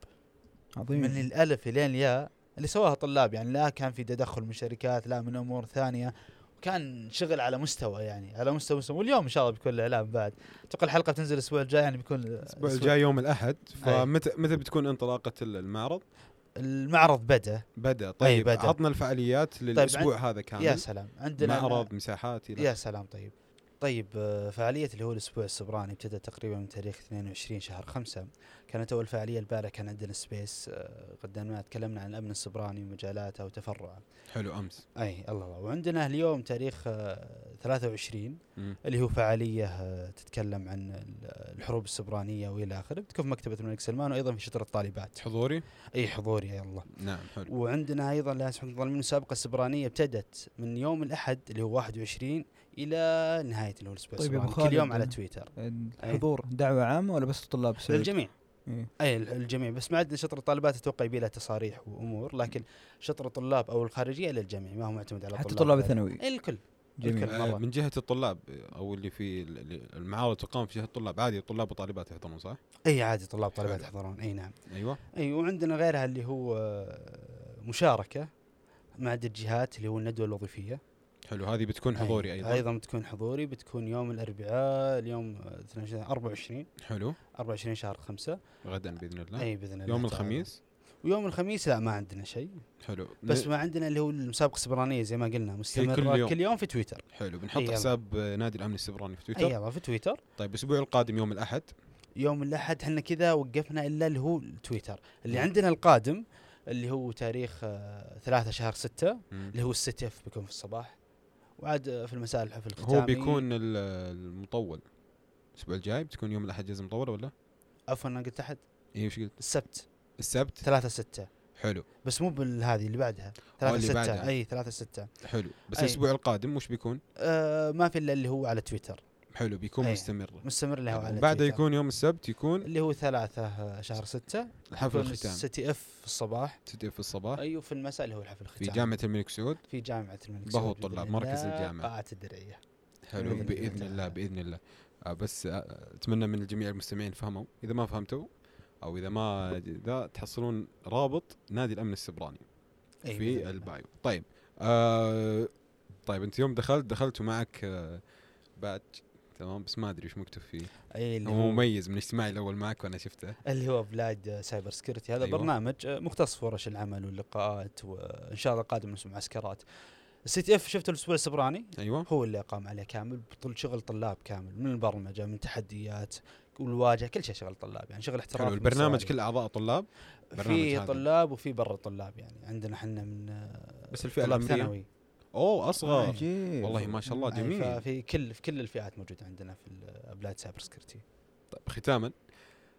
Speaker 3: من
Speaker 2: عظيم
Speaker 3: الالف الين الياء اللي سواها طلاب يعني لا كان في تدخل من شركات لا من امور ثانيه وكان شغل على مستوى يعني على مستوى مستوى واليوم ان شاء الله بيكون الاعلان بعد اتوقع الحلقه تنزل الاسبوع الجاي يعني بيكون
Speaker 1: الاسبوع الجاي يوم الاحد
Speaker 3: أي.
Speaker 1: فمتى متى بتكون انطلاقه ال- المعرض؟
Speaker 3: المعرض بدا
Speaker 1: بدا طيب
Speaker 3: إيه، بدأ.
Speaker 1: عطنا الفعاليات للاسبوع هذا
Speaker 3: يا
Speaker 1: كامل
Speaker 3: سلام عندنا
Speaker 1: نعم. معرض مساحات الى
Speaker 3: يا سلام طيب طيب آه، فعالية اللي هو الأسبوع السبراني ابتدى تقريبا من تاريخ 22 شهر 5 كانت أول فعالية البارح كان عندنا سبيس آه، قدمناها تكلمنا عن الأمن السبراني ومجالاته وتفرعه
Speaker 1: حلو امس
Speaker 3: اي الله الله وعندنا اليوم تاريخ آه، 23
Speaker 1: مم.
Speaker 3: اللي هو فعاليه آه، تتكلم عن ال- الحروب السبرانية والى اخره بتكون في مكتبه الملك سلمان وايضا في شطر الطالبات
Speaker 1: حضوري؟
Speaker 3: اي حضور يا الله
Speaker 1: نعم حلو
Speaker 3: وعندنا ايضا لا سمح الله المسابقه السبرانيه ابتدت من يوم الاحد اللي هو 21 الى نهايه اللي هو الاسبوع
Speaker 2: طيب يا أبو
Speaker 3: السبراني كل يوم
Speaker 2: خالد.
Speaker 3: على تويتر
Speaker 2: الحضور دعوه عامه ولا بس الطلاب السعوديين؟
Speaker 3: للجميع
Speaker 2: إيه.
Speaker 3: اي الجميع بس ما عندنا شطر الطالبات اتوقع يبي لها تصاريح وامور لكن شطر الطلاب او الخارجيه للجميع ما هو معتمد على
Speaker 2: حتى طلاب
Speaker 3: بعد.
Speaker 2: الثانوي
Speaker 3: إيه، الكل
Speaker 2: جميل
Speaker 3: الكل. مرة.
Speaker 1: آه، من جهه الطلاب آه، او اللي في ال- ال- المعارض تقام في جهه الطلاب عادي طلاب وطالبات يحضرون صح؟
Speaker 3: اي عادي طلاب طالبات
Speaker 1: حلو.
Speaker 3: يحضرون اي نعم
Speaker 1: ايوه
Speaker 3: اي وعندنا غيرها اللي هو آه، مشاركه مع عدة جهات اللي هو الندوه الوظيفيه
Speaker 1: حلو هذه بتكون حضوري
Speaker 3: أي.
Speaker 1: ايضا
Speaker 3: ايضا بتكون حضوري بتكون يوم الاربعاء اليوم آه، 22 24
Speaker 1: حلو
Speaker 3: 24 شهر 5
Speaker 1: غدا باذن الله
Speaker 3: اي باذن الله
Speaker 1: نعم. يوم
Speaker 3: تعالى.
Speaker 1: الخميس
Speaker 3: ويوم الخميس لا ما عندنا شيء
Speaker 1: حلو
Speaker 3: بس
Speaker 1: ن-
Speaker 3: ما عندنا اللي هو المسابقه السبرانيه زي ما قلنا مستمره
Speaker 1: كل
Speaker 3: كل
Speaker 1: يوم.
Speaker 3: يوم, كل يوم في تويتر
Speaker 1: حلو بنحط
Speaker 3: أي يلا.
Speaker 1: حساب آه، نادي الامن السبراني في
Speaker 3: اي
Speaker 1: تويتر
Speaker 3: يلا في تويتر
Speaker 1: طيب الاسبوع القادم يوم الاحد
Speaker 3: يوم الاحد احنا كذا وقفنا الا اللي هو تويتر اللي
Speaker 1: مم.
Speaker 3: عندنا القادم اللي هو تاريخ آه، 3 شهر 6
Speaker 1: مم.
Speaker 3: اللي هو السيت اف بيكون في الصباح وعاد آه، في المساء الحفل الختامي
Speaker 1: هو بيكون ال- المطول الاسبوع الجاي بتكون يوم الاحد جزء مطول ولا؟
Speaker 3: عفوا انا قلت احد
Speaker 1: اي وش قلت؟
Speaker 3: السبت
Speaker 1: السبت
Speaker 3: 3 6
Speaker 1: حلو
Speaker 3: بس مو بالهذه اللي بعدها 3
Speaker 1: اللي
Speaker 3: 6
Speaker 1: بعدها.
Speaker 3: اي 3 6
Speaker 1: حلو بس
Speaker 3: أي.
Speaker 1: الاسبوع القادم وش بيكون؟
Speaker 3: آه ما في الا اللي هو على تويتر
Speaker 1: حلو بيكون
Speaker 3: أي.
Speaker 1: مستمر
Speaker 3: مستمر له على
Speaker 1: وبعده
Speaker 3: تويتر.
Speaker 1: يكون يوم السبت يكون
Speaker 3: اللي هو 3 شهر 6
Speaker 1: الحفل الختام
Speaker 3: السيتي اف في الصباح
Speaker 1: تبدأ في الصباح
Speaker 3: ايوه في المساء اللي هو الحفل
Speaker 1: في
Speaker 3: الختام
Speaker 1: جامعة الملك سعود
Speaker 3: في جامعه الملك
Speaker 1: بهو
Speaker 3: سعود بإذن
Speaker 1: الطلاب،
Speaker 3: الله،
Speaker 1: مركز الجامعة.
Speaker 3: قاعه الدرعيه
Speaker 1: حلو
Speaker 2: بإذن
Speaker 1: باذن
Speaker 3: الله.
Speaker 1: الله باذن الله آه، بس آه، اتمنى من الجميع المستمعين فهموا اذا ما فهمتوا او اذا ما ذا تحصلون رابط نادي الامن السبراني
Speaker 3: أي بإذن
Speaker 1: في
Speaker 3: الله.
Speaker 1: البايو طيب آه طيب انت يوم دخلت دخلت ومعك آه بادج تمام بس ما ادري ايش مكتوب فيه
Speaker 3: اي اللي
Speaker 1: هو
Speaker 3: هو
Speaker 1: مميز من اجتماعي الاول معك وانا شفته
Speaker 3: اللي هو بلاد آه، سايبر سكيورتي هذا
Speaker 1: أيوة.
Speaker 3: أيوة. برنامج آه، مختص في ورش العمل واللقاءات وان شاء الله قادم نسمع معسكرات السي تي اف شفته الاسبوع السبراني
Speaker 1: ايوه
Speaker 3: هو اللي قام عليه كامل بطل شغل طلاب كامل من البرمجه من تحديات والواجهه كل شيء شغل طلاب يعني شغل احتراف
Speaker 1: حلو البرنامج كله اعضاء طلاب برنامج
Speaker 3: في
Speaker 1: هذا.
Speaker 3: طلاب وفي برا طلاب يعني عندنا احنا من آه،
Speaker 1: بس الفئة
Speaker 3: طلاب
Speaker 1: العمرية؟
Speaker 3: ثانوي
Speaker 1: اوه اصغر
Speaker 2: عجيب
Speaker 1: والله ما شاء الله
Speaker 3: أي،
Speaker 1: جميل
Speaker 3: آه، يعني ففي كل في كل الفئات موجوده عندنا في ال- آه، بلاد سايبر سكيورتي
Speaker 1: طيب ختاما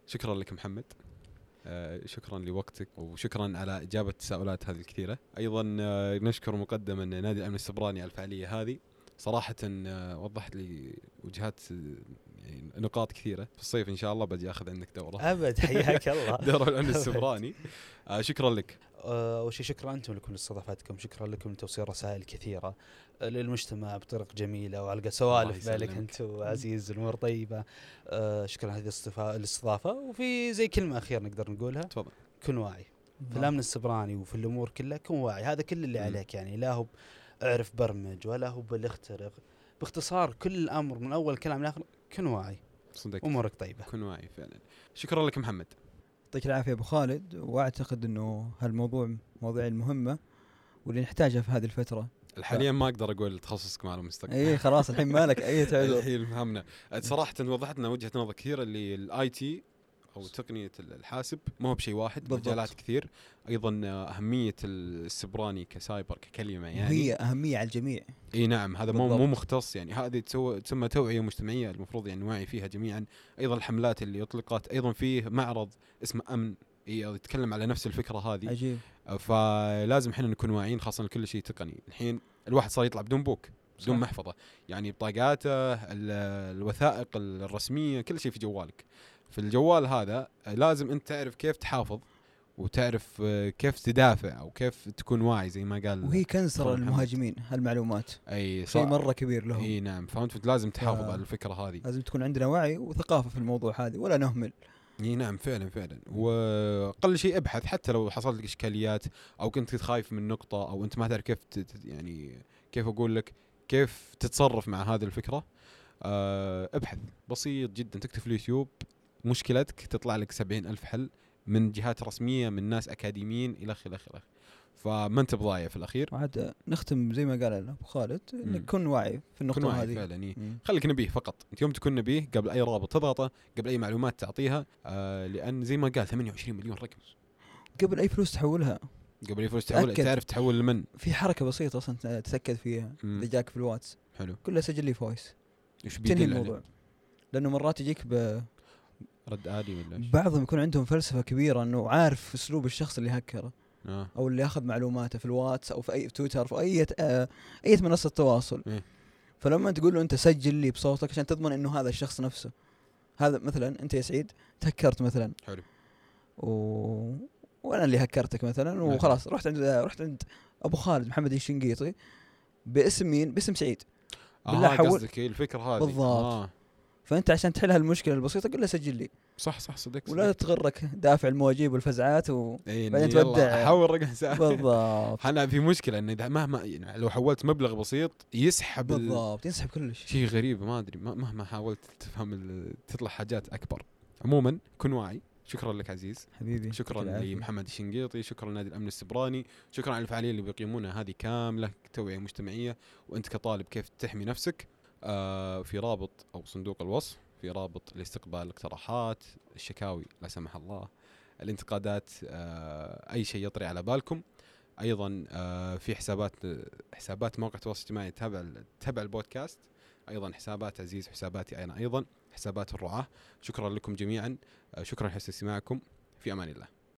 Speaker 1: شكرا لك محمد آه، شكرا لوقتك وشكرا على اجابه التساؤلات هذه الكثيره ايضا آه، نشكر مقدما نادي الامن السبراني على الفعاليه هذه صراحه آه، وضحت لي وجهات آه، يعني نقاط كثيره في الصيف ان شاء الله بجي اخذ عندك دوره
Speaker 3: ابد حياك الله
Speaker 1: دوره الامن السبراني آه، شكرا لك
Speaker 3: آه، اول شيء شكرا انتم لكم لاستضافتكم شكرا لكم لتوصيل رسائل كثيره آه، للمجتمع بطرق جميله وعلقه سوالف
Speaker 1: الله
Speaker 3: بالك
Speaker 1: يسلمك.
Speaker 3: انت وعزيز الامور طيبه آه، شكرا هذه الاستفا- الاستضافه وفي زي كلمه اخيره نقدر نقولها
Speaker 1: تفضل نعم.
Speaker 3: كن واعي في الامن السبراني وفي الامور كلها كن واعي هذا كل اللي
Speaker 1: مم.
Speaker 3: عليك يعني لا هو اعرف برمج ولا هو اللي اخترق باختصار كل الامر من اول كلام لاخر كن واعي
Speaker 1: صدق
Speaker 3: امورك طيبه
Speaker 1: كن واعي فعلا شكرا لك محمد
Speaker 2: يعطيك العافيه ابو خالد واعتقد انه هالموضوع مواضيع المهمه واللي نحتاجها في هذه الفتره
Speaker 1: حاليا ما اقدر اقول تخصصك مع المستقبل
Speaker 3: إيه،
Speaker 2: اي خلاص الحين مالك إيه، اي تعذر
Speaker 1: الحين فهمنا صراحه وضحت لنا وجهه نظر كثيره اللي الاي تي او تقنيه ال- الحاسب ما هو بشيء واحد
Speaker 2: بالضبط.
Speaker 1: مجالات كثير ايضا آه، اهميه السبراني كسايبر ككلمه يعني
Speaker 2: هي اهميه على الجميع
Speaker 1: اي نعم هذا مو
Speaker 2: بالضبط.
Speaker 1: مو مختص يعني هذه تسو- تسمى توعيه مجتمعيه المفروض يعني نوعي فيها جميعا ايضا الحملات اللي اطلقت ايضا فيه معرض اسمه امن إي، يتكلم على نفس الفكره هذه
Speaker 2: عجيب
Speaker 1: فلازم احنا نكون واعيين خاصه لكل شيء تقني الحين الواحد صار يطلع بدون بوك بدون
Speaker 2: صح.
Speaker 1: محفظه يعني بطاقاته ال- الوثائق الرسميه كل شيء في جوالك في الجوال هذا لازم انت تعرف كيف تحافظ وتعرف آه، كيف تدافع او كيف تكون واعي زي ما قال
Speaker 2: وهي كنسر
Speaker 1: محمد.
Speaker 2: المهاجمين هالمعلومات
Speaker 1: اي
Speaker 2: شيء
Speaker 1: صح
Speaker 2: مره كبير لهم
Speaker 1: اي نعم فهمت لازم تحافظ
Speaker 2: آه.
Speaker 1: على الفكره هذه
Speaker 2: لازم تكون عندنا وعي وثقافه في الموضوع هذا ولا نهمل
Speaker 1: اي نعم فعلا فعلا واقل شيء ابحث حتى لو حصلت لك اشكاليات او كنت خايف من نقطه او انت ما تعرف كيف ت- ت- يعني كيف اقول لك كيف تتصرف مع هذه الفكره آه، ابحث بسيط جدا تكتب في اليوتيوب مشكلتك تطلع لك سبعين ألف حل من جهات رسميه من ناس اكاديميين الى اخره الى اخره فما انت بضايع في الاخير
Speaker 2: وعاد نختم زي ما قال ابو خالد
Speaker 1: مم.
Speaker 2: انك كن واعي في
Speaker 1: كن
Speaker 2: النقطه
Speaker 1: واعي
Speaker 2: هذه
Speaker 1: فعلا إيه.
Speaker 2: مم.
Speaker 1: خليك نبيه فقط انت يوم تكون نبيه قبل اي رابط تضغطه قبل اي معلومات تعطيها آه لان زي ما قال 28 مليون رقم
Speaker 2: قبل اي فلوس تحولها
Speaker 1: قبل يفرش تحول
Speaker 2: تأكد.
Speaker 1: تعرف تحول لمن
Speaker 2: في حركه بسيطه اصلا ت- تتاكد فيها
Speaker 1: مم.
Speaker 2: اذا جاك في الواتس
Speaker 1: حلو
Speaker 2: كلها سجل لي فويس
Speaker 1: ايش
Speaker 2: تنهي
Speaker 1: بيدل يعني؟ عليه؟
Speaker 2: الموضوع لانه مرات يجيك ب...
Speaker 1: رد عادي ولا ايش؟
Speaker 2: بعضهم يكون عندهم فلسفه كبيره انه عارف اسلوب الشخص اللي هكره
Speaker 1: اه
Speaker 2: او اللي اخذ معلوماته في الواتس او في اي في تويتر في اي آه اي منصه تواصل
Speaker 1: إيه.
Speaker 2: فلما تقول له انت سجل لي بصوتك عشان تضمن انه هذا الشخص نفسه هذا مثلا انت يا سعيد تهكرت مثلا
Speaker 1: حلو
Speaker 2: و... وانا اللي هكرتك مثلا
Speaker 1: إيه.
Speaker 2: وخلاص رحت عند رحت عند ابو خالد محمد الشنقيطي باسم مين؟ باسم سعيد بالله
Speaker 1: اه
Speaker 2: حول-
Speaker 1: قصدك إيه الفكره هذه
Speaker 2: بالضبط.
Speaker 1: آه.
Speaker 2: فانت عشان تحل هالمشكله البسيطه قل له سجل لي
Speaker 1: صح صح صدق
Speaker 2: ولا تغرك دافع المواجيب والفزعات و...
Speaker 1: اي
Speaker 2: بعدين
Speaker 1: يلا
Speaker 2: تودع.
Speaker 1: حول رقم ساعه
Speaker 2: بالضبط
Speaker 1: انا في مشكله انه اذا مهما يعني لو حولت مبلغ بسيط يسحب ال-
Speaker 2: بالضبط ينسحب كلش
Speaker 1: شيء غريب ما ادري ما- مهما حاولت تفهم ال- تطلع حاجات اكبر عموما كن واعي شكرا لك عزيز
Speaker 2: حبيبي
Speaker 1: شكرا
Speaker 2: يعطيك العافية.
Speaker 1: لمحمد الشنقيطي شكرا لنادي الامن السبراني شكرا على الفعاليه اللي بيقيمونها هذه كامله توعيه مجتمعيه وانت كطالب كيف تحمي نفسك آه في رابط او صندوق الوصف في رابط لاستقبال الاقتراحات الشكاوي لا سمح الله الانتقادات آه اي شيء يطري على بالكم ايضا آه في حسابات حسابات موقع التواصل الاجتماعي تابع تابع البودكاست ايضا حسابات عزيز حساباتي انا ايضا حسابات الرعاه شكرا لكم جميعا آه، شكرا لحسن استماعكم في امان الله